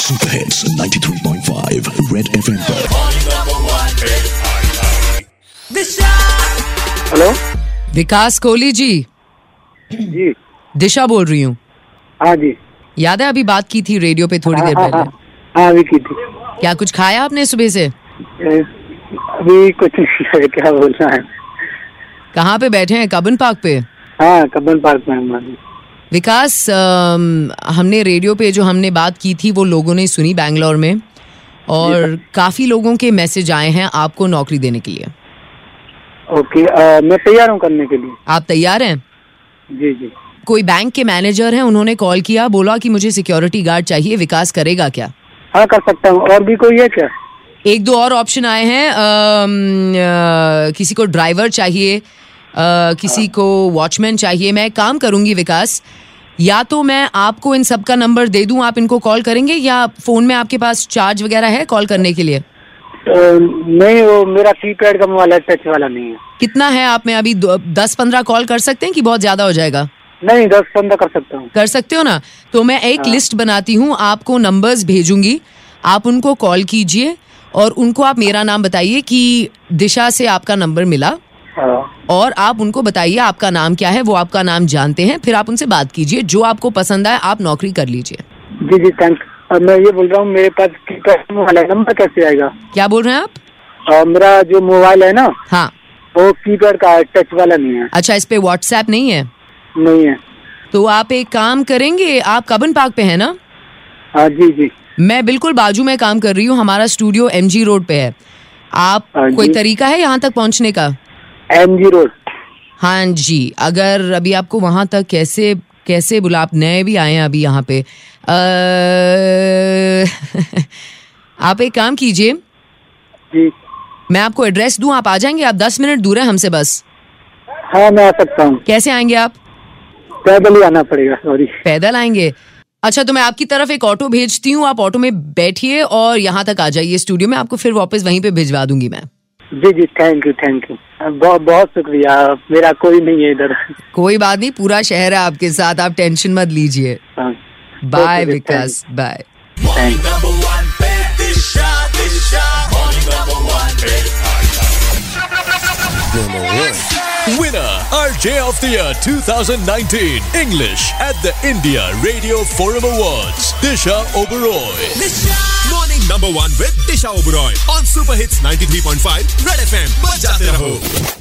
Super Hits 93.5 Red FM पर hello Vikas Kohli ji जी दिशा बोल रही हूँ हाँ जी याद है अभी बात की थी रेडियो पे थोड़ी हाँ देर हाँ हाँ पहले हाँ अभी की थी क्या कुछ खाया आपने सुबह से ए, अभी कुछ नहीं है क्या बोलना है कहाँ पे बैठे हैं कबन पार्क पे हाँ कब्बन पार्क में हम अभी। विकास अम, हमने रेडियो पे जो हमने बात की थी वो लोगों ने सुनी बैंगलोर में और काफी लोगों के मैसेज आए हैं आपको नौकरी देने के लिए ओके आ, मैं तैयार हूँ करने के लिए आप तैयार हैं जी जी कोई बैंक के मैनेजर हैं उन्होंने कॉल किया बोला कि मुझे सिक्योरिटी गार्ड चाहिए विकास करेगा क्या हाँ कर सकता हूँ और भी कोई है क्या एक दो और ऑप्शन आए हैं अम, अ, किसी को ड्राइवर चाहिए अ, किसी को वॉचमैन चाहिए मैं एक काम करूंगी विकास या तो मैं आपको इन सबका नंबर दे दूं आप इनको कॉल करेंगे या फोन में आपके पास चार्ज वगैरह है कॉल करने के लिए अ, नहीं वो मेरा कीपैड का मोबाइल है टच वाला नहीं है कितना है आप में अभी दो- दस पंद्रह कॉल कर सकते हैं कि बहुत ज्यादा हो जाएगा नहीं दस पंद्रह कर सकता हूँ कर सकते हो ना तो मैं एक लिस्ट बनाती हूँ आपको नंबर्स भेजूंगी आप उनको कॉल कीजिए और उनको आप मेरा नाम बताइए कि दिशा से आपका नंबर मिला हाँ, और आप उनको बताइए आपका नाम क्या है वो आपका नाम जानते हैं फिर आप उनसे बात कीजिए जो आपको पसंद आए आप नौकरी कर लीजिए जी जी थैंक और मैं ये बोल रहा हूँ मेरे पास कीपैड मोबाइल है नंबर कैसे आएगा क्या बोल रहे हैं आप और मेरा जो मोबाइल है ना हाँ वो कीपैड का है टच वाला नहीं है अच्छा इस पे व्हाट्सएप नहीं है नहीं है तो आप एक काम करेंगे आप कबन पार्क पे है ना हाँ जी जी मैं बिल्कुल बाजू में काम कर रही हूँ हमारा स्टूडियो एम रोड पे है आप हाँ जी। कोई तरीका है यहाँ तक पहुँचने का एम जी रोड हाँ जी अगर अभी आपको वहाँ तक कैसे कैसे बुला आप नए भी आए हैं अभी यहाँ पे अ, आप एक काम कीजिए जी मैं आपको एड्रेस दूं आप आ जाएंगे आप दस मिनट दूर है हमसे बस हाँ मैं आ सकता हूँ कैसे आएंगे आप पैदल ही आना पड़ेगा सॉरी पैदल आएंगे अच्छा तो मैं आपकी तरफ एक ऑटो भेजती हूँ आप ऑटो में बैठिए और यहाँ तक आ जाइए स्टूडियो में आपको फिर वापस वहीं पे भिजवा दूंगी मैं जी जी थैंक यू थैंक यू बहुत बहुत शुक्रिया मेरा कोई नहीं है इधर कोई बात नहीं पूरा शहर है आपके साथ आप टेंशन मत लीजिए हाँ। Bye Vikas bye thank Winner, RJ of the Year 2019 English at the India Radio Forum Awards, Disha Oberoi. Morning number one with Disha Oberoi on Super Hits 93.5 Red FM. बजाते रहो